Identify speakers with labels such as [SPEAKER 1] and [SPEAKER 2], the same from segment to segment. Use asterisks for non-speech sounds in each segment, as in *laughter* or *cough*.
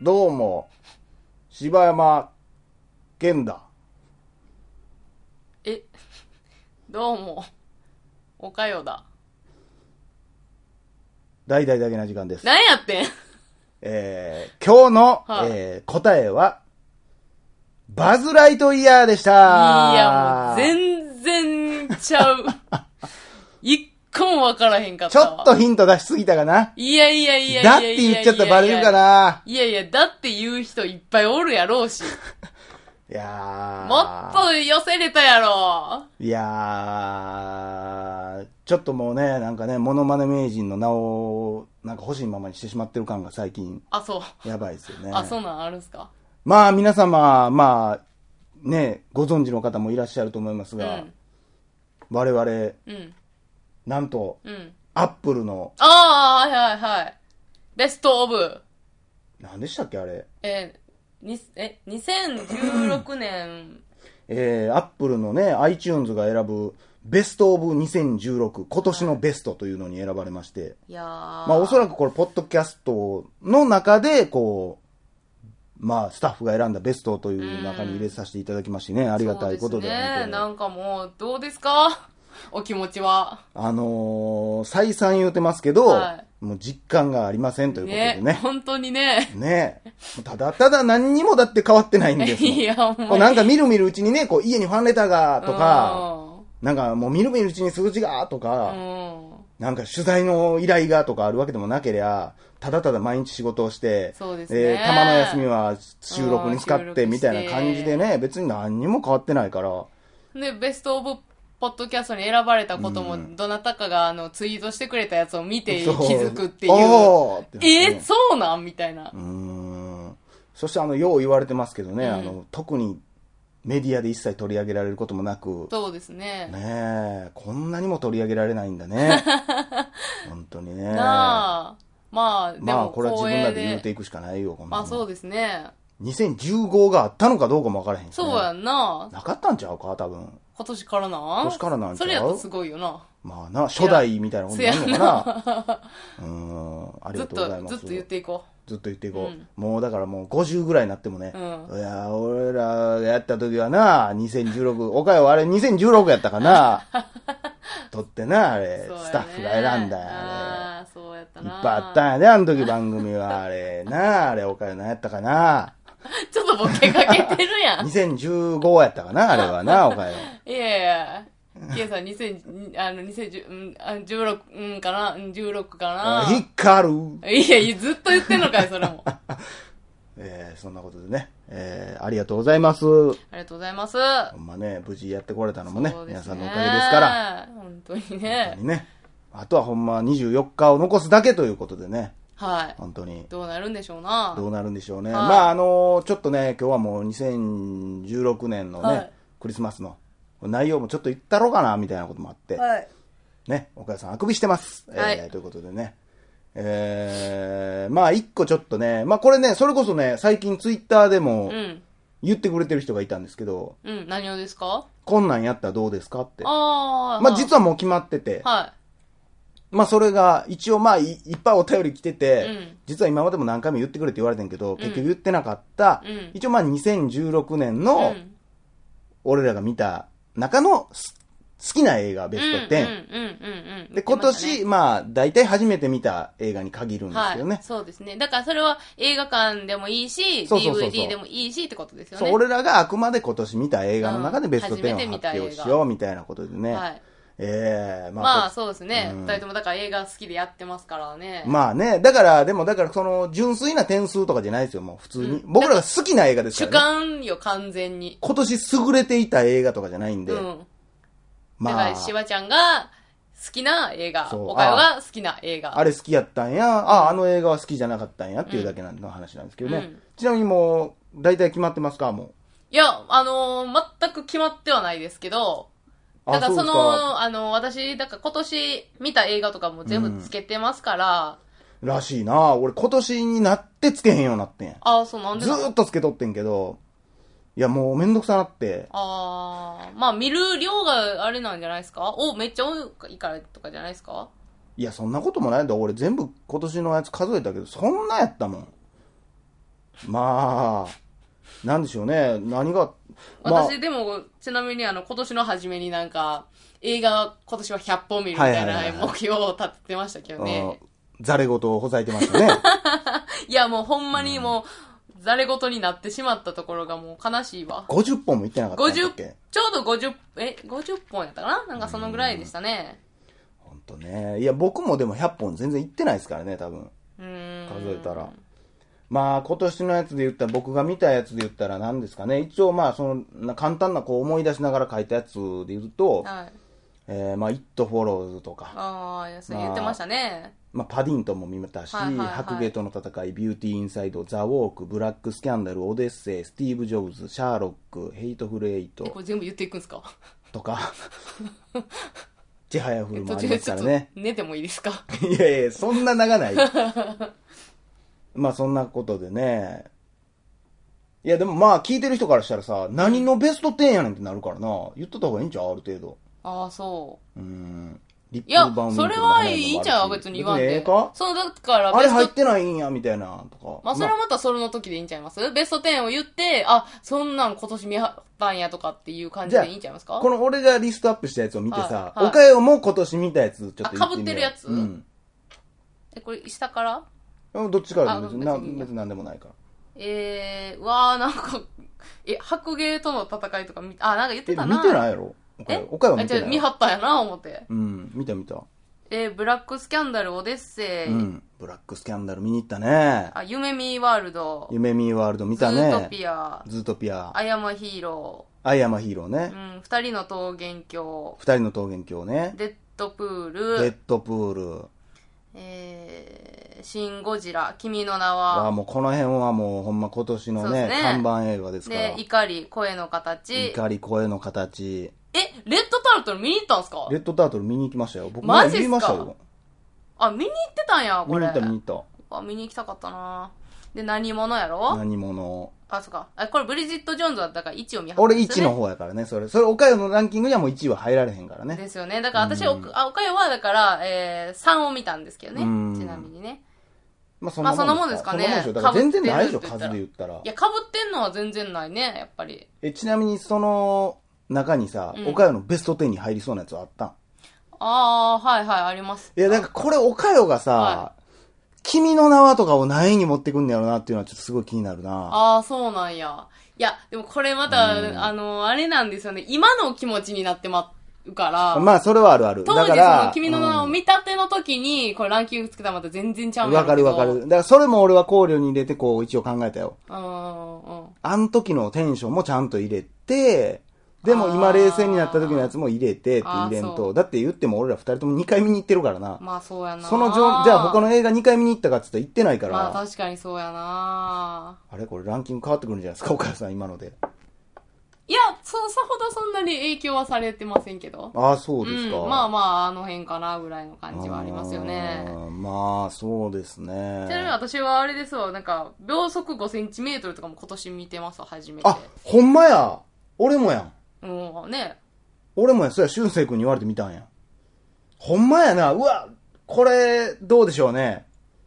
[SPEAKER 1] どうも、柴山健だ。
[SPEAKER 2] え、どうも、おかよだ。
[SPEAKER 1] 大々だけな時間です。
[SPEAKER 2] なんやってん
[SPEAKER 1] えー、今日の、
[SPEAKER 2] はい
[SPEAKER 1] えー答えは、バズ・ライトイヤーでした。い
[SPEAKER 2] いや、もう全然ちゃう。一個もわからへんかっ
[SPEAKER 1] ち
[SPEAKER 2] た
[SPEAKER 1] ょ
[SPEAKER 2] わ。
[SPEAKER 1] っとヒント出しすぎたかな。
[SPEAKER 2] いやいやいやいやいや
[SPEAKER 1] だって言っちゃったらバレるかない
[SPEAKER 2] やいや、だって言う人いっぱいおるやろうし。
[SPEAKER 1] いや
[SPEAKER 2] も
[SPEAKER 1] ー
[SPEAKER 2] っと寄せれたやろ。
[SPEAKER 1] いやー、ちょっともうね、なんかね、モノマネ名人の名を、なんか欲しいままにしてしまってる感が最近、
[SPEAKER 2] あ、そう。
[SPEAKER 1] やばいですよね。
[SPEAKER 2] あ、そんなんあるんすか
[SPEAKER 1] まあ、皆様、まあ、ね、ご存知の方もいらっしゃると思います
[SPEAKER 2] う
[SPEAKER 1] が、
[SPEAKER 2] ん。
[SPEAKER 1] 我々、
[SPEAKER 2] うん。
[SPEAKER 1] なんと、
[SPEAKER 2] うん。
[SPEAKER 1] アップルの、
[SPEAKER 2] ああ、はいはいはい。ベストオブ、
[SPEAKER 1] 何でしたっけ、あれ。
[SPEAKER 2] えー、に、え、2016年、
[SPEAKER 1] えー、アップルのね、iTunes が選ぶ、ベストオブ2016、今年のベストというのに選ばれまして、
[SPEAKER 2] いやま
[SPEAKER 1] まあ、おそ
[SPEAKER 2] ら
[SPEAKER 1] らくこれ、ポッドキャストの中で、こう、まあ、スタッフが選んだベストという中に入れさせていただきましてね、あ
[SPEAKER 2] あ
[SPEAKER 1] りがたいことで。
[SPEAKER 2] ね。
[SPEAKER 1] 本当
[SPEAKER 2] な
[SPEAKER 1] に
[SPEAKER 2] んかもう、どうですか *laughs* お気持ちは。
[SPEAKER 1] あのー再三言うてますけど、
[SPEAKER 2] は
[SPEAKER 1] もう実感がありませんということでね。ね
[SPEAKER 2] 本当にね。
[SPEAKER 1] ただただ何にもだって変わってないんですもん
[SPEAKER 2] *laughs* いや、ほん
[SPEAKER 1] こ
[SPEAKER 2] ま
[SPEAKER 1] う
[SPEAKER 2] に
[SPEAKER 1] なんか見る見るうちにね、こう家にファンレターがとか、
[SPEAKER 2] う
[SPEAKER 1] なんかもう見る見るうちに数字がとか、
[SPEAKER 2] ん。うん
[SPEAKER 1] なんか取材の依頼がとかあるわけでもなけりゃ、ただただ毎日仕事をして、
[SPEAKER 2] そうですね
[SPEAKER 1] えーたまの休みは収録に使ってみたいな感じでね、別に何にも変わってないから、
[SPEAKER 2] で、ベストオブポッドキャストに選ばれたことも、どなたかがあのツイートしてくれたやつを見て気
[SPEAKER 1] そう
[SPEAKER 2] づくっていう。
[SPEAKER 1] おーってなってね
[SPEAKER 2] えー、そうなんみたいな
[SPEAKER 1] う。ーんそしてあの、よう言われてますけどね、
[SPEAKER 2] うん
[SPEAKER 1] あの、特にメディアで一切取り上げられることもなく、
[SPEAKER 2] そうですね。
[SPEAKER 1] ねえ、こんなにも取り上げられないんだ
[SPEAKER 2] *laughs*
[SPEAKER 1] ね。本当にね。
[SPEAKER 2] なあ。まあ、で
[SPEAKER 1] まあ、
[SPEAKER 2] も、
[SPEAKER 1] これは自分
[SPEAKER 2] 光栄
[SPEAKER 1] らで言うて
[SPEAKER 2] で。
[SPEAKER 1] いくしかないよ、こんな
[SPEAKER 2] ま
[SPEAKER 1] の
[SPEAKER 2] あ、そうですね。
[SPEAKER 1] 2015があったのかどうかもわからへんし、ね。
[SPEAKER 2] そうやんな。
[SPEAKER 1] なかったんちゃうか、多分。
[SPEAKER 2] 今年からな今
[SPEAKER 1] 今年からなんちゃう
[SPEAKER 2] それやとすごいよな。
[SPEAKER 1] まあな、初代みたいなことになるのかな。うーん、あり
[SPEAKER 2] ず
[SPEAKER 1] が
[SPEAKER 2] っ
[SPEAKER 1] とうござい
[SPEAKER 2] と、
[SPEAKER 1] ま
[SPEAKER 2] ず
[SPEAKER 1] す。
[SPEAKER 2] っと言っていこ
[SPEAKER 1] ずっと言っていこう。
[SPEAKER 2] うん
[SPEAKER 1] もうだからもう50ぐらいになってもね、
[SPEAKER 2] う
[SPEAKER 1] いやー、俺らがやった時はな、2016、岡山あれ2016やったかな。
[SPEAKER 2] *laughs*
[SPEAKER 1] 撮ってな、あ
[SPEAKER 2] う。
[SPEAKER 1] れ、
[SPEAKER 2] そうやね
[SPEAKER 1] スタッフが選んだよ、あ
[SPEAKER 2] ああ、そうやった
[SPEAKER 1] れ。いっ
[SPEAKER 2] な。
[SPEAKER 1] ぱいあったんやで、あの時番組は、あれ、
[SPEAKER 2] *laughs*
[SPEAKER 1] なあ、あれ、岡山何やったかな。
[SPEAKER 2] ちょっとボケかけてるやん。い *laughs*
[SPEAKER 1] 2015やったかな、あれはな、岡山。
[SPEAKER 2] やいや。ケイさん、2000、あの、2010、うんあ、16、うんかなうん ?16 か
[SPEAKER 1] 引っかかる。
[SPEAKER 2] ないやいや、ずっと言ってんのかい、それ
[SPEAKER 1] *laughs*
[SPEAKER 2] も。あ
[SPEAKER 1] えー、そんなことでね、えー、ありがとうございます。
[SPEAKER 2] りがとうございます。
[SPEAKER 1] ほんまね、無事やってこれたのもね、
[SPEAKER 2] そうで
[SPEAKER 1] 皆
[SPEAKER 2] す
[SPEAKER 1] さんのおかげですから。。
[SPEAKER 2] 本当に
[SPEAKER 1] 本当
[SPEAKER 2] ね。
[SPEAKER 1] にね。あとはほんま24日を残すだけということでね、
[SPEAKER 2] はい。
[SPEAKER 1] 本当に。
[SPEAKER 2] どうなるんでしょうな。
[SPEAKER 1] どうなるんでしょうね。
[SPEAKER 2] はい
[SPEAKER 1] まあ、あのちょっとね、今日はもう2016年のね、
[SPEAKER 2] はい
[SPEAKER 1] クリスマスの内容もちょっと言ったろうかな、みたいなこともあって、
[SPEAKER 2] はい。
[SPEAKER 1] ね、岡田さんあくびしてます。
[SPEAKER 2] はい
[SPEAKER 1] えーということでね。えー、まあ一個ちょっとね、まあこれね、それこそね、最近ツイッターでも
[SPEAKER 2] うん。
[SPEAKER 1] 言ってくれてる人がいたんですけど、
[SPEAKER 2] うん。何をですか
[SPEAKER 1] こんなんやったらどうですかって。
[SPEAKER 2] ああ。
[SPEAKER 1] まあ実はもう決まってて、
[SPEAKER 2] は
[SPEAKER 1] まあそれが一応まあいいっぱいお便り来てて、
[SPEAKER 2] うん
[SPEAKER 1] 実は今までも何回も言ってくれって言われてんけど、結局言ってなかった、
[SPEAKER 2] うん
[SPEAKER 1] 一応まあ2016年
[SPEAKER 2] い。
[SPEAKER 1] の
[SPEAKER 2] うん
[SPEAKER 1] 俺らが見た中のす好きな映画ベスト10。
[SPEAKER 2] うんうんうんうんうん
[SPEAKER 1] で、今年、まあ、大体初めて見た映画に限るん
[SPEAKER 2] 言って
[SPEAKER 1] で
[SPEAKER 2] まし
[SPEAKER 1] す
[SPEAKER 2] た
[SPEAKER 1] よね。
[SPEAKER 2] ねはい、そうですね。だからそれは映画館でもいいし、
[SPEAKER 1] そうそうそうそう
[SPEAKER 2] DVD でもいいしってことですよね。
[SPEAKER 1] そう、俺らがあくまで今年見た映画の中でベスト
[SPEAKER 2] うん初めて
[SPEAKER 1] 10を
[SPEAKER 2] 見
[SPEAKER 1] 発
[SPEAKER 2] た映画
[SPEAKER 1] 表しようみたいなことでね。
[SPEAKER 2] はい。
[SPEAKER 1] ええまあ、
[SPEAKER 2] まあそうですね。
[SPEAKER 1] うん
[SPEAKER 2] 二、人ともだから映画好きでやってますからね。
[SPEAKER 1] まあね、だから、でもだからその、純粋な点数とかじゃないですよ、もう普通に。
[SPEAKER 2] うん
[SPEAKER 1] 僕らが好きな映画です
[SPEAKER 2] 主
[SPEAKER 1] からね。
[SPEAKER 2] 観よ、完全に。
[SPEAKER 1] 今年優れていた映画とかじゃないんで、
[SPEAKER 2] うん。だか
[SPEAKER 1] ま
[SPEAKER 2] ら、し
[SPEAKER 1] あ、
[SPEAKER 2] ばちゃんが好きな映画、
[SPEAKER 1] そう
[SPEAKER 2] おかよが好きな映画。
[SPEAKER 1] あれ好きやったんや、ああ、あの映画は好きじゃなかったんやっていうだけの話なんですけどね。
[SPEAKER 2] うん
[SPEAKER 1] ちなみにもう、大体決まってますか、も
[SPEAKER 2] いや、あのー全く決まってはないですけど、
[SPEAKER 1] う。
[SPEAKER 2] だから
[SPEAKER 1] う
[SPEAKER 2] そ
[SPEAKER 1] です
[SPEAKER 2] の、あの、私、だから今年見た映画とかも全部つけてますから、
[SPEAKER 1] らしいな俺今年になってつけへんようになってんや。
[SPEAKER 2] ああ、そうなんで
[SPEAKER 1] ず
[SPEAKER 2] だ
[SPEAKER 1] ーっとつけとってんけど、いやもうめんどくさなって、
[SPEAKER 2] ああ、まあ見る量があれなんじゃないですかお、めっちゃ多いからとかじゃないですか
[SPEAKER 1] いや、そんなこともないんだ。俺全部今年のやつ数えたけど、そんなやったもん。まあ、なんでしょうね。何が、まあ
[SPEAKER 2] 私、でも、ちなみにあの、今年の初めになんか、映画今年は100本見るみたい
[SPEAKER 1] はいはいはいは
[SPEAKER 2] ない目標を立ててましたけどね。
[SPEAKER 1] うんざれ事をほざいてました
[SPEAKER 2] *laughs*
[SPEAKER 1] ね。
[SPEAKER 2] いや、もうほんまにもう、ざれ事になってしまったところがもう悲しいわ。
[SPEAKER 1] 50本もいってなかったんだっ
[SPEAKER 2] 50
[SPEAKER 1] け、
[SPEAKER 2] ちょうど50、え、50本やったかななんかそのぐらいでしたね。
[SPEAKER 1] ほんとね。いや、僕もでも100本全然いってないですからね、多分。
[SPEAKER 2] うーん。
[SPEAKER 1] 数えたら。まあ、今年のやつで言ったら、僕が見たやつで言ったら何ですかね。一応まあ、その、な簡単なこう思い出しながら書いたやつで言うと、
[SPEAKER 2] はい。
[SPEAKER 1] えー、まあ、It Follows とか、
[SPEAKER 2] ああ、いやそれ言ってましたね。
[SPEAKER 1] まあ、パディントンも見たし、
[SPEAKER 2] はいはいはい
[SPEAKER 1] 白毛との戦い、ビューティーインサイド、ザ・ウォーク、ブラック・スキャンダル、オデッセイ、スティーブ・ジョブズ、シャーロック、ヘイトフル・エイ
[SPEAKER 2] え、こ
[SPEAKER 1] ト
[SPEAKER 2] れ全部言っていくんですか
[SPEAKER 1] とか、ちはやふるも
[SPEAKER 2] 途
[SPEAKER 1] ありま
[SPEAKER 2] 中ですち
[SPEAKER 1] か
[SPEAKER 2] ょっ
[SPEAKER 1] ら
[SPEAKER 2] と
[SPEAKER 1] ね。
[SPEAKER 2] 寝てもいいですか
[SPEAKER 1] いやいや、そんな長ない。 *laughs* まあそんなことでね。いやでもまあ聞いてる人からしたらさ、何のベスト10やねんってなるからな。言っとった方がいいんちゃうある程度。
[SPEAKER 2] ああ、そう。
[SPEAKER 1] うん。リップ
[SPEAKER 2] いや
[SPEAKER 1] ルバウ、ンド
[SPEAKER 2] そ
[SPEAKER 1] の
[SPEAKER 2] れ
[SPEAKER 1] 話
[SPEAKER 2] はいいんちゃう別に言わん
[SPEAKER 1] ええ
[SPEAKER 2] で。
[SPEAKER 1] か
[SPEAKER 2] そう、だから
[SPEAKER 1] あ
[SPEAKER 2] ベ
[SPEAKER 1] れ入っ
[SPEAKER 2] スト、
[SPEAKER 1] てないんや、みたいな、とか。
[SPEAKER 2] まあ、それはまたそれの時でいいんちゃいますベスト10を言って、あ、そんなん今年見はったんやとかっていう感じでいいんちゃいますか
[SPEAKER 1] この俺がリストアップしたやつを見てさ、
[SPEAKER 2] はいはい
[SPEAKER 1] おかよも今年見たやつ、ちょっと言みよう
[SPEAKER 2] あ被ってるやつ
[SPEAKER 1] うん。
[SPEAKER 2] え、これ下から
[SPEAKER 1] うんどっちからでも別に、な
[SPEAKER 2] あ別にいいや
[SPEAKER 1] 別に何でもないから。
[SPEAKER 2] えー、うわー、なんか、え、白芸との戦いとか見、あ、なんか言っ
[SPEAKER 1] え、
[SPEAKER 2] てたな。
[SPEAKER 1] 見てないやろおか
[SPEAKER 2] え
[SPEAKER 1] よ。おかよは
[SPEAKER 2] あ
[SPEAKER 1] 見
[SPEAKER 2] じゃ
[SPEAKER 1] て
[SPEAKER 2] あ
[SPEAKER 1] ない
[SPEAKER 2] 見
[SPEAKER 1] や
[SPEAKER 2] は
[SPEAKER 1] ろ。
[SPEAKER 2] ったんやな、思って。
[SPEAKER 1] うん、見た見た。
[SPEAKER 2] えー、ブラックスキャンダル、オデッセイ、
[SPEAKER 1] うん。ブラックスキャンダル見に行ったね。
[SPEAKER 2] あ、夢見ワールド、
[SPEAKER 1] 夢見ワールド見たね。
[SPEAKER 2] ズートピア、
[SPEAKER 1] ズートピア。
[SPEAKER 2] アヤマヒーロ
[SPEAKER 1] アイアマヒーロー
[SPEAKER 2] ー、
[SPEAKER 1] ね
[SPEAKER 2] う。ん、二人の桃源郷、
[SPEAKER 1] 二人の桃源郷ね。
[SPEAKER 2] デッドプー
[SPEAKER 1] デ
[SPEAKER 2] ル、
[SPEAKER 1] ッドプール。
[SPEAKER 2] えー、シン・ゴジラ、君の名
[SPEAKER 1] あ
[SPEAKER 2] は、
[SPEAKER 1] もうこの辺はもうほんま今年のね、
[SPEAKER 2] そうですね
[SPEAKER 1] 看板映画ですから
[SPEAKER 2] で、。怒り、声の形、
[SPEAKER 1] 怒り声の形。
[SPEAKER 2] え、レッドタルトル見に行ったんすか
[SPEAKER 1] レッドタートル見に行きましたよ。僕
[SPEAKER 2] マジっ
[SPEAKER 1] 前見
[SPEAKER 2] すか
[SPEAKER 1] ましたよ。
[SPEAKER 2] あ、見に行ってたんや、
[SPEAKER 1] 見
[SPEAKER 2] こ
[SPEAKER 1] に
[SPEAKER 2] れ。
[SPEAKER 1] 行った見に行っ
[SPEAKER 2] あ、見に行きたかったなで、何者や
[SPEAKER 1] た。
[SPEAKER 2] ろ
[SPEAKER 1] 何者。
[SPEAKER 2] あ、そうか。あ、これブリジット・ジョーンズだったから1を見張
[SPEAKER 1] 俺
[SPEAKER 2] です
[SPEAKER 1] 1
[SPEAKER 2] よ
[SPEAKER 1] の
[SPEAKER 2] ね。
[SPEAKER 1] 方やからね、それ。それ、岡山のランキングにはもう1位は入られへんからね。
[SPEAKER 2] ですよね。だから私、おあ、おかよは、だから、えー、3を見たんですけどね。
[SPEAKER 1] うん
[SPEAKER 2] ちなみにね。
[SPEAKER 1] まあそ
[SPEAKER 2] まあそんなもんですかね
[SPEAKER 1] そんなもんでしょ。だから全然ないでしょ、
[SPEAKER 2] 被って
[SPEAKER 1] 数
[SPEAKER 2] る
[SPEAKER 1] で
[SPEAKER 2] って
[SPEAKER 1] 言
[SPEAKER 2] 言
[SPEAKER 1] ったら
[SPEAKER 2] い。や、被ってんのは全然ないね、やっぱり。
[SPEAKER 1] え、ちなみにその中にさ、
[SPEAKER 2] うん
[SPEAKER 1] 岡山のベスト10に入りそうなやつはあったん
[SPEAKER 2] あー、はいはい、あります。
[SPEAKER 1] いや、なんかこれ、岡よがさ、
[SPEAKER 2] は
[SPEAKER 1] 君の名はとかを何位に持ってくんだよなっていうのはちょっとすごい気になるな。
[SPEAKER 2] ああ、そうなんや。いや、でもこれまた、あの、あれなんですよね。今の気持ちになってまうから、
[SPEAKER 1] まあ、それはあるある。
[SPEAKER 2] 当
[SPEAKER 1] だか
[SPEAKER 2] 時そ
[SPEAKER 1] ら
[SPEAKER 2] の君の名を見たての時に、これランキングつけたらまた全然ちゃ
[SPEAKER 1] う
[SPEAKER 2] うんんや
[SPEAKER 1] わ
[SPEAKER 2] ろ
[SPEAKER 1] か
[SPEAKER 2] うけ
[SPEAKER 1] る
[SPEAKER 2] ど
[SPEAKER 1] わかる。だからそれも俺は考慮に入れて、こう、一応考えたよ。
[SPEAKER 2] うんうんうん。
[SPEAKER 1] あの時のテンションもちゃんと入れて、でも今冷静になった時のやつも入れてって入れん
[SPEAKER 2] あーそ
[SPEAKER 1] と。
[SPEAKER 2] う
[SPEAKER 1] だって言っても俺ら二人とも2回見に行ってるからな。
[SPEAKER 2] まあそうやな。
[SPEAKER 1] そのじょじゃあ他の映画2回見に行ったかって言ったら行ってないから。
[SPEAKER 2] まあ確かにそうやな。
[SPEAKER 1] あれこれランキング変わってくるんじゃないですか、岡よさん今ので。
[SPEAKER 2] いや、そ、さほどそんなに影響はされてませんけど。
[SPEAKER 1] ああ、そうですか。
[SPEAKER 2] ん、まあまあ、あの辺かな、ぐらいの感じはありますよね
[SPEAKER 1] あ。ーまあ、そうです
[SPEAKER 2] ちなみに
[SPEAKER 1] ね。
[SPEAKER 2] 私はあれですわ、なんか、秒速5センチメートルとかも今年見てますわ、初めて。
[SPEAKER 1] あ、ほんまや。俺もやん。
[SPEAKER 2] うん、ね。
[SPEAKER 1] 俺もや。そりゃ、俊生君に言われてみたんや。ほんまやな。うわ、これ、どうでしょう *laughs* ね。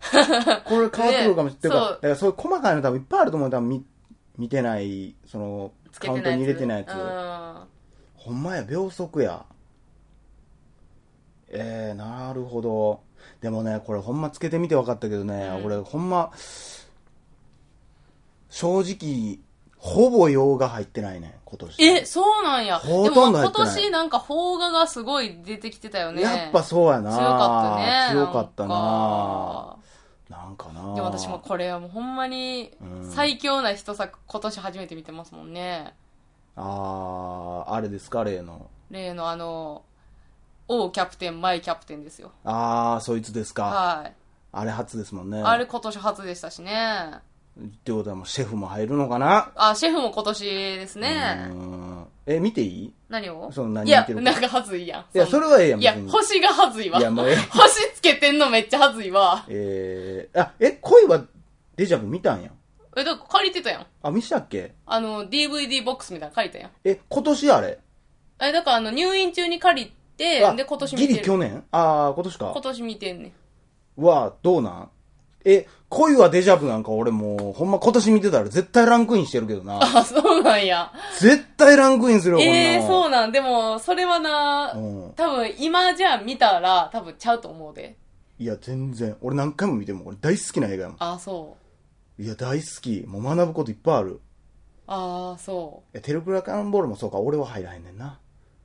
[SPEAKER 1] これ変わってくるかもしれない。
[SPEAKER 2] ね
[SPEAKER 1] てかだからそういう細かいの多分いっぱいあると思う。多分見見てない、その、
[SPEAKER 2] つけ
[SPEAKER 1] カウ
[SPEAKER 2] て
[SPEAKER 1] ント
[SPEAKER 2] ないやつ。
[SPEAKER 1] に入れてないやつ。
[SPEAKER 2] う
[SPEAKER 1] ほ
[SPEAKER 2] ん。
[SPEAKER 1] んまや、秒速や。えー、なるほど。でもね、これほんまつけてみて分かったけどね、
[SPEAKER 2] うん
[SPEAKER 1] 俺ほんま、正直、ほぼ洋画入ってないね、今年。
[SPEAKER 2] え、そうなんや。
[SPEAKER 1] ほとんど
[SPEAKER 2] で
[SPEAKER 1] 入
[SPEAKER 2] も
[SPEAKER 1] ってない
[SPEAKER 2] 今年なんか邦画がすごい出てきてたよね。
[SPEAKER 1] やっぱそうやな
[SPEAKER 2] 強かったね。
[SPEAKER 1] 強かったなん
[SPEAKER 2] か
[SPEAKER 1] なんかな
[SPEAKER 2] でも私もこれはもうほんまに
[SPEAKER 1] うん
[SPEAKER 2] 最強な一作今年初めて見てますもんね。
[SPEAKER 1] あー、あれですか、例の。
[SPEAKER 2] 例のあの、王キャプテン、マイキャプテンですよ。
[SPEAKER 1] あー、そいつですか。
[SPEAKER 2] はい。
[SPEAKER 1] あれ初ですもんね。
[SPEAKER 2] あれ今年初でしたしね。
[SPEAKER 1] ってことはもうシェフも入るのかな
[SPEAKER 2] あ、シェフも今年です
[SPEAKER 1] う
[SPEAKER 2] ね。
[SPEAKER 1] んえ、見ていい
[SPEAKER 2] 何を
[SPEAKER 1] その何
[SPEAKER 2] いや
[SPEAKER 1] 見、てるか
[SPEAKER 2] なんかはずいやん。
[SPEAKER 1] いや、それはええやん、
[SPEAKER 2] いや
[SPEAKER 1] 別に、
[SPEAKER 2] 星がはずいわ。
[SPEAKER 1] いやもうええ
[SPEAKER 2] 星つけてんのめっちゃはずいわ。
[SPEAKER 1] えー、あ、え、恋はデジャブ見たんや。
[SPEAKER 2] え、だから借りてたやん。
[SPEAKER 1] あ、見したっけ
[SPEAKER 2] あの、DVD ボックスみたいなの借りたやん。
[SPEAKER 1] え、今年あれ
[SPEAKER 2] え、だからあの、入院中に借りて、
[SPEAKER 1] あ
[SPEAKER 2] で、今年見
[SPEAKER 1] ギ
[SPEAKER 2] て
[SPEAKER 1] リ
[SPEAKER 2] る。
[SPEAKER 1] 去年ああ、今年
[SPEAKER 2] 今
[SPEAKER 1] か。
[SPEAKER 2] 年見てんねん。
[SPEAKER 1] は、どうなんえ、恋はデジャブなんか俺もう、ほんま今年見てたら絶対ランクインしてるけどな。
[SPEAKER 2] あ、そうなんや。
[SPEAKER 1] 絶対ランクインするよ、こんな
[SPEAKER 2] ええー、
[SPEAKER 1] う
[SPEAKER 2] そうなん。でも、それはな、
[SPEAKER 1] うん
[SPEAKER 2] 多分今じゃ見たら、多分ちゃうと思うで。
[SPEAKER 1] いや、全然。俺何回も見ても、これ大好きな映画やも
[SPEAKER 2] あ、そう。
[SPEAKER 1] ん。いや、大好き。もう学ぶこといっぱいある。
[SPEAKER 2] ああ、そ
[SPEAKER 1] え、テレクラカンボールもそうか、俺は入らへんねんな。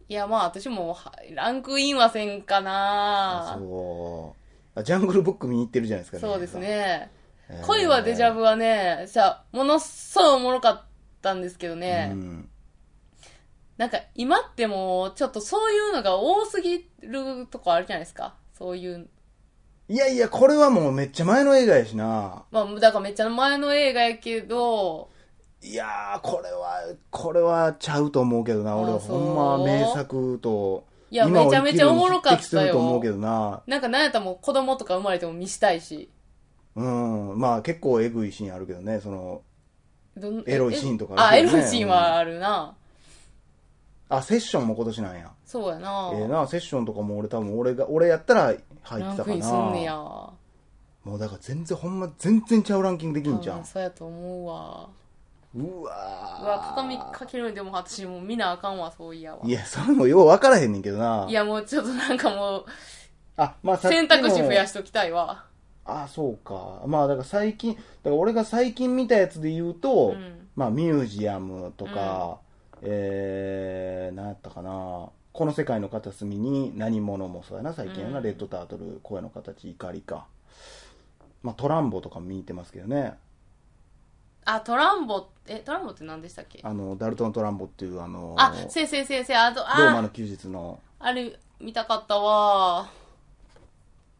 [SPEAKER 2] う。いや、まあ、私もは、ランクインはせんかな。
[SPEAKER 1] そう。あジャングルブック見に行ってるじゃないですか、
[SPEAKER 2] そうです
[SPEAKER 1] 皆
[SPEAKER 2] ね。
[SPEAKER 1] さん。えー
[SPEAKER 2] 恋はデジャブはね、さ、ものすごいおもろかったんですけどね。
[SPEAKER 1] うん。
[SPEAKER 2] なんか今ってもう、ちょっとそういうのが多すぎるとこあるじゃないですか。そういう。
[SPEAKER 1] いやいや、これはもうめっちゃ前の映画やしな。
[SPEAKER 2] まあ、だからめっちゃ前の映画やけど、
[SPEAKER 1] いやー、これは、これはちゃうと思うけどな。俺は
[SPEAKER 2] あそう
[SPEAKER 1] ほんま名作と、
[SPEAKER 2] いや
[SPEAKER 1] 今を
[SPEAKER 2] めちゃめちゃおもろかった
[SPEAKER 1] 生きるのに匹
[SPEAKER 2] よ
[SPEAKER 1] 敵すると思うけどな。
[SPEAKER 2] なんかなんやったらもう子供とか生まれても見したいし。
[SPEAKER 1] うん。まあ結構エグいシーンあるけどね、その、
[SPEAKER 2] どん
[SPEAKER 1] エロいシーンとか
[SPEAKER 2] あ
[SPEAKER 1] あ
[SPEAKER 2] エ
[SPEAKER 1] るけど
[SPEAKER 2] ロ
[SPEAKER 1] ね
[SPEAKER 2] いシーンはあるな。
[SPEAKER 1] あ、セッションも今年なんや。
[SPEAKER 2] そうやな。
[SPEAKER 1] ええな、セッションとかも俺多分俺が、俺やったら入っ
[SPEAKER 2] ラ
[SPEAKER 1] て
[SPEAKER 2] ン
[SPEAKER 1] た
[SPEAKER 2] ク
[SPEAKER 1] か
[SPEAKER 2] インすんねや
[SPEAKER 1] な。。もうだから全然ほんま全然ちゃうランキングできんじゃ
[SPEAKER 2] 多分
[SPEAKER 1] ん。
[SPEAKER 2] そうやと思うわ。
[SPEAKER 1] うわー
[SPEAKER 2] うわ、畳みかけるんでも私もう見なあかんわ、そういやわ。。
[SPEAKER 1] いや、それもよう分からへんねんけどない
[SPEAKER 2] や、もうちょっとなんかもう、
[SPEAKER 1] あ、まあさっき
[SPEAKER 2] 選
[SPEAKER 1] の
[SPEAKER 2] 択肢増やしときたいわ。
[SPEAKER 1] あ、そうか。まあだから最近、だから俺が最近見たやつで言うと、
[SPEAKER 2] うん
[SPEAKER 1] まあミュージアムとか、えー、何やったかな。この世界の片隅に何者もそうやな、最近やな。
[SPEAKER 2] うん
[SPEAKER 1] レッドタートル、声の形、怒りか。まあトランボとか見てますけどね。
[SPEAKER 2] あ、トランボ、え、トランボって何でしたっけ
[SPEAKER 1] あの、ダルトン・トランボっていうあの、
[SPEAKER 2] あ、せいせいせいせい、あと、
[SPEAKER 1] ローマ
[SPEAKER 2] あ
[SPEAKER 1] の休日の、
[SPEAKER 2] あれ、見たかったわ。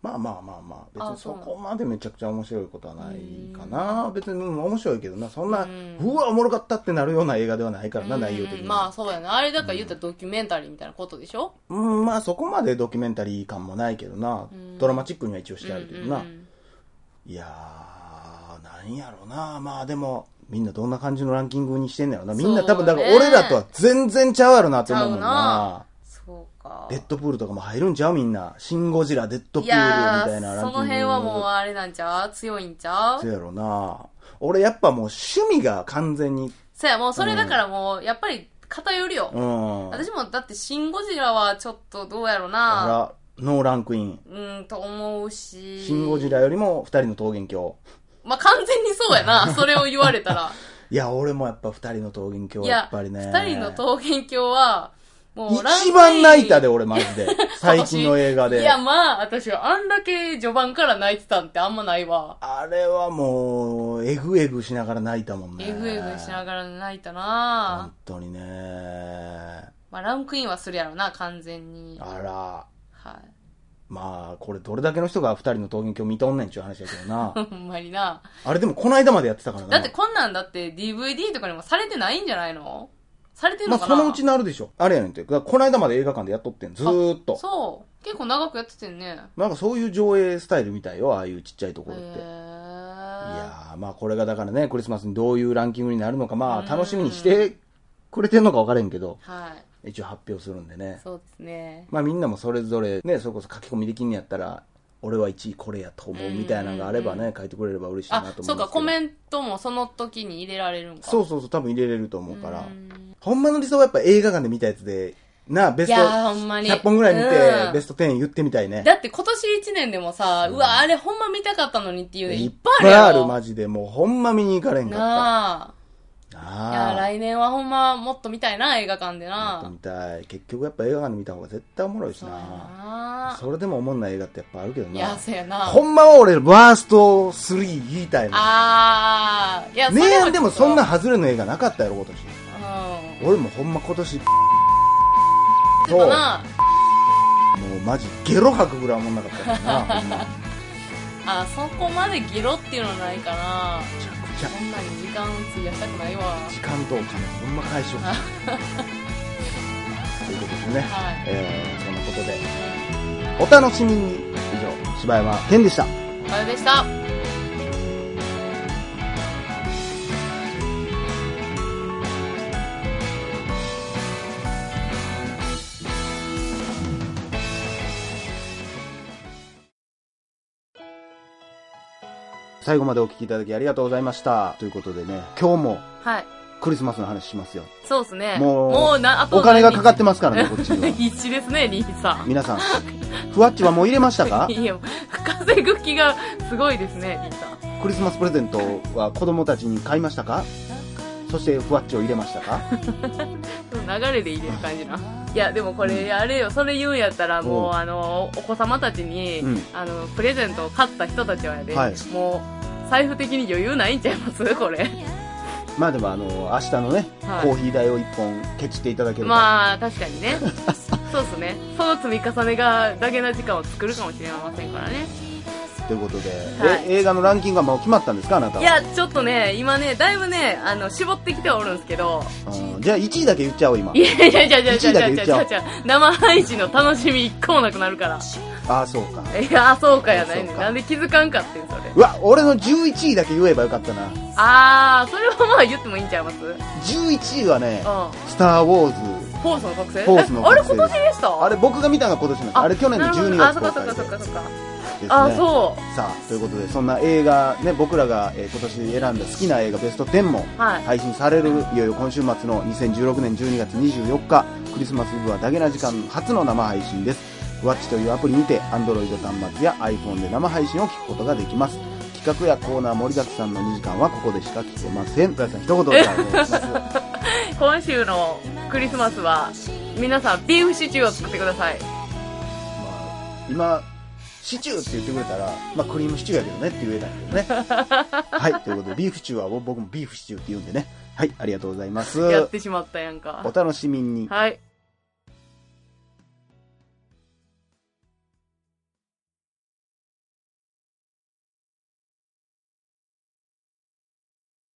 [SPEAKER 1] まあまあまあまあ、別
[SPEAKER 2] あ
[SPEAKER 1] にそ
[SPEAKER 2] そうなの
[SPEAKER 1] こまでめちゃくちゃ面白いことはないかな。別に、うん面白いけどな、そんな、
[SPEAKER 2] う
[SPEAKER 1] うんわ、おもろかったってなるような映画ではないからな、
[SPEAKER 2] うん
[SPEAKER 1] 内容的に。
[SPEAKER 2] まあ、そうやな。あれだから言ったらドキュメンタリーみたいなことでしょ
[SPEAKER 1] うん、まあそこまでドキュメンタリー感もないけどな、
[SPEAKER 2] うん
[SPEAKER 1] ドラマチックには一応してあるけどな、
[SPEAKER 2] うんうんうん
[SPEAKER 1] いやーなんやろうなまあでもみんなどんな感じのランキングにしてんねやろなみんな多分だ
[SPEAKER 2] そう
[SPEAKER 1] か
[SPEAKER 2] ね
[SPEAKER 1] ら俺らとは全然ちゃうやろなと思うもん
[SPEAKER 2] ちゃう
[SPEAKER 1] な
[SPEAKER 2] なそうか。
[SPEAKER 1] デッドプールとかも入るんちゃうみんなシン・ゴジラデッドプールみ
[SPEAKER 2] や
[SPEAKER 1] たいなランキング
[SPEAKER 2] ーその辺はもうあれなんちゃう強いんちゃ
[SPEAKER 1] そううやろな俺やっぱもう趣味が完全に
[SPEAKER 2] そや、もうそれだからもう、やっぱり偏るよ。
[SPEAKER 1] うん
[SPEAKER 2] 私もだってシンゴジラはちょっとどうやろう
[SPEAKER 1] あ
[SPEAKER 2] な。
[SPEAKER 1] らノーランクイン
[SPEAKER 2] うん、と思うし。
[SPEAKER 1] シン・ゴジラよりも二人の桃源郷
[SPEAKER 2] まあ、完全にそうやな。それを言われたら。
[SPEAKER 1] いや俺もやっぱ二人の桃源郷
[SPEAKER 2] い
[SPEAKER 1] はや
[SPEAKER 2] や
[SPEAKER 1] っ、ぱりね
[SPEAKER 2] 二人の桃源郷は、もうランクイ
[SPEAKER 1] 一
[SPEAKER 2] ン
[SPEAKER 1] 番泣いたで、俺、マジ
[SPEAKER 2] *laughs*
[SPEAKER 1] で。最近の映画
[SPEAKER 2] い
[SPEAKER 1] で。
[SPEAKER 2] や、まあ、私はあんだけ序盤から泣いてたんってあんまないわ。
[SPEAKER 1] あれはもう、えぐえぐしながら泣いたもんね。
[SPEAKER 2] えぐえぐしながら泣いた
[SPEAKER 1] 本
[SPEAKER 2] な
[SPEAKER 1] 当にね。あ
[SPEAKER 2] まあ、ランクインはするやろな、完全に。
[SPEAKER 1] ら。
[SPEAKER 2] は
[SPEAKER 1] まあ、これどれだけの人が二人の闘技鏡見とんねんちゅう話だけど
[SPEAKER 2] *laughs*
[SPEAKER 1] な。
[SPEAKER 2] *laughs* い。ほんまにな。
[SPEAKER 1] あれでもこの間までやってたからな。
[SPEAKER 2] だってこんなんだって DVD とかにもされてないんじゃないのされてん
[SPEAKER 1] まあ
[SPEAKER 2] のかな、
[SPEAKER 1] そのうちなるでしょ。あれやねんて。だからこの間まで映画館でやっとってん、ずーっと。
[SPEAKER 2] そう。結構長くやっててんね。
[SPEAKER 1] なんかそういう上映スタイルみたいよ、ああいうちっちゃいと
[SPEAKER 2] へ
[SPEAKER 1] ころって。い
[SPEAKER 2] ー。
[SPEAKER 1] やー、まあこれがだからね、クリスマスにどういうランキングになるのか、まあ楽しみにしてくれてんのか分からへんけど、
[SPEAKER 2] はい。
[SPEAKER 1] 一応発表するんでね。
[SPEAKER 2] そうですね。
[SPEAKER 1] まあみんなもそれぞれね、それこそ書き込みできんのやったら、俺は1位これやと思うみたいなのがあればね、書いてくれれば嬉しいなと思
[SPEAKER 2] あ
[SPEAKER 1] うんですけど。
[SPEAKER 2] そうかコメントもその時に入れられるんか
[SPEAKER 1] そううそうそう、多分入れれると思うから
[SPEAKER 2] うん。
[SPEAKER 1] ほんまの理想はやっぱ映画館で見たやつで、なあ、ベスト
[SPEAKER 2] いやーほんまに
[SPEAKER 1] 100本ぐらい見
[SPEAKER 2] う
[SPEAKER 1] て、
[SPEAKER 2] ん
[SPEAKER 1] ベスト10言ってみたいね。
[SPEAKER 2] だって今年1年でもさ、うわあれほんま見たかったのにっていうのいっぱい
[SPEAKER 1] いっぱ
[SPEAKER 2] あるや
[SPEAKER 1] い
[SPEAKER 2] ろ
[SPEAKER 1] ある、マジで。もうほんま見に行かれんかった。
[SPEAKER 2] なあいや
[SPEAKER 1] なあ。
[SPEAKER 2] 来年はほんまもっと見たいな映画館で
[SPEAKER 1] やって
[SPEAKER 2] な
[SPEAKER 1] みたい。結局やっぱ映画館で見た方が絶対おもろいし
[SPEAKER 2] そうや
[SPEAKER 1] な。
[SPEAKER 2] な
[SPEAKER 1] それでもおもんない映画ってやっぱあるけど
[SPEAKER 2] いや
[SPEAKER 1] な。
[SPEAKER 2] そうやな
[SPEAKER 1] ほんまは俺、ワースト3言いたいの。
[SPEAKER 2] あーいやそれ
[SPEAKER 1] ね
[SPEAKER 2] はちょっ
[SPEAKER 1] え
[SPEAKER 2] と
[SPEAKER 1] でもそんな外れの映画なかったやろ今年
[SPEAKER 2] うん
[SPEAKER 1] 俺もほんま今年
[SPEAKER 2] ちょっとな
[SPEAKER 1] もうマジゲロ吐くぐらいもんなかったからなほんまめ
[SPEAKER 2] あそこまでゲロっていうのないかな
[SPEAKER 1] ちゃくちゃ
[SPEAKER 2] そんなに時間費やしたくないわ
[SPEAKER 1] 時間とお金ほんま返しようということですね、
[SPEAKER 2] はい
[SPEAKER 1] えー、そんなことでお楽しみに以上柴山健でした
[SPEAKER 2] あれでした
[SPEAKER 1] 最後までお聞きいただきありがとうございました。ということでね、今日も
[SPEAKER 2] はい。
[SPEAKER 1] クリスマスの話しますよ。
[SPEAKER 2] そうですね。
[SPEAKER 1] もう
[SPEAKER 2] な、あ
[SPEAKER 1] お金がかかってますから
[SPEAKER 2] る。
[SPEAKER 1] ね、こっちには
[SPEAKER 2] *laughs* 必死ですね、兄さん。
[SPEAKER 1] 皆さん、ふわっちはもう入れましたか
[SPEAKER 2] いや、稼ぐ気がすごいですね、兄さん。
[SPEAKER 1] クリスマスプレゼントは子供たちに買いましたかそしてふわっちを入れましたか
[SPEAKER 2] 流れで入れる感じな。いや、でもこれ、あれよ、それ言うんやったら、もう、
[SPEAKER 1] うん
[SPEAKER 2] あの、お子様たちに、
[SPEAKER 1] うん
[SPEAKER 2] あの、プレゼントを買った人たちはやで、
[SPEAKER 1] はい
[SPEAKER 2] もう、財布的に余裕ないんちゃいますこれ。
[SPEAKER 1] まあでもあの、明日のね、
[SPEAKER 2] はい
[SPEAKER 1] コーヒー代を一本ケチっていただければ。
[SPEAKER 2] まあ、確かにね。
[SPEAKER 1] *laughs*
[SPEAKER 2] そうですね。その積み重ねが、だけな時間を作るかもしれませんからね。
[SPEAKER 1] ということで、
[SPEAKER 2] はい
[SPEAKER 1] え映画のランキングはもう決まったんですかあなたは。
[SPEAKER 2] いや、ちょっとね、今ね、だいぶね、あの、絞ってきてはおるんですけど、
[SPEAKER 1] うんじゃあ1位だけ言っちゃおう、今
[SPEAKER 2] い。やいやいやいやいやいやいやいやい
[SPEAKER 1] 1位だ
[SPEAKER 2] や
[SPEAKER 1] け
[SPEAKER 2] いや生配信の楽しみ一個もなくなるから。
[SPEAKER 1] ああ、そうか。
[SPEAKER 2] いや、そうかやない
[SPEAKER 1] そ
[SPEAKER 2] ね。
[SPEAKER 1] うんか
[SPEAKER 2] なんで気づかんかってん、それ。
[SPEAKER 1] うわ、俺の11位だけ言えばよかったな。
[SPEAKER 2] あー、それはまあ言ってもいいんちゃいますうん。
[SPEAKER 1] 11位はね、
[SPEAKER 2] フ
[SPEAKER 1] スター・ウォーズ。
[SPEAKER 2] ォースの覚醒
[SPEAKER 1] フォースの
[SPEAKER 2] えあれ
[SPEAKER 1] 覚醒
[SPEAKER 2] 今年でした
[SPEAKER 1] あれ、僕が見たのが今年なんです。あれ去年の12
[SPEAKER 2] な
[SPEAKER 1] 月
[SPEAKER 2] る
[SPEAKER 1] 公
[SPEAKER 2] ほど
[SPEAKER 1] 開で
[SPEAKER 2] あ、そっか
[SPEAKER 1] す
[SPEAKER 2] そっかそっか
[SPEAKER 1] ね。
[SPEAKER 2] そっか。あ、そう。
[SPEAKER 1] さあ、ということで、そんな映画、ね、僕らが、えー今年選んだ好きな映画ベスト10も
[SPEAKER 2] はい
[SPEAKER 1] 配信される、い、よいよ今週末の2016年12月24日、クリスマスイブはダゲな時間初の生配信です。ワッチというアプリにて、Android 端末や iPhone で生配信を聞くことができます。企画やコーナー盛りだくさんの2時間はここでしか聞けませ
[SPEAKER 2] *laughs*
[SPEAKER 1] ん。皆さん、一言お願いします。
[SPEAKER 2] 今週のクリスマスは、皆さんビーフシチューを作ってください。
[SPEAKER 1] まあ、今、シチューって言ってくれたら、まあ、クリームシチューやけどねって言えたんやけどね。 *laughs* はい、ということで、ビーフシチューは僕もビーフシチューって言うんでね。はい、ありがとうございます。
[SPEAKER 2] やってしまったやんか
[SPEAKER 1] お。楽しみに。
[SPEAKER 2] はい。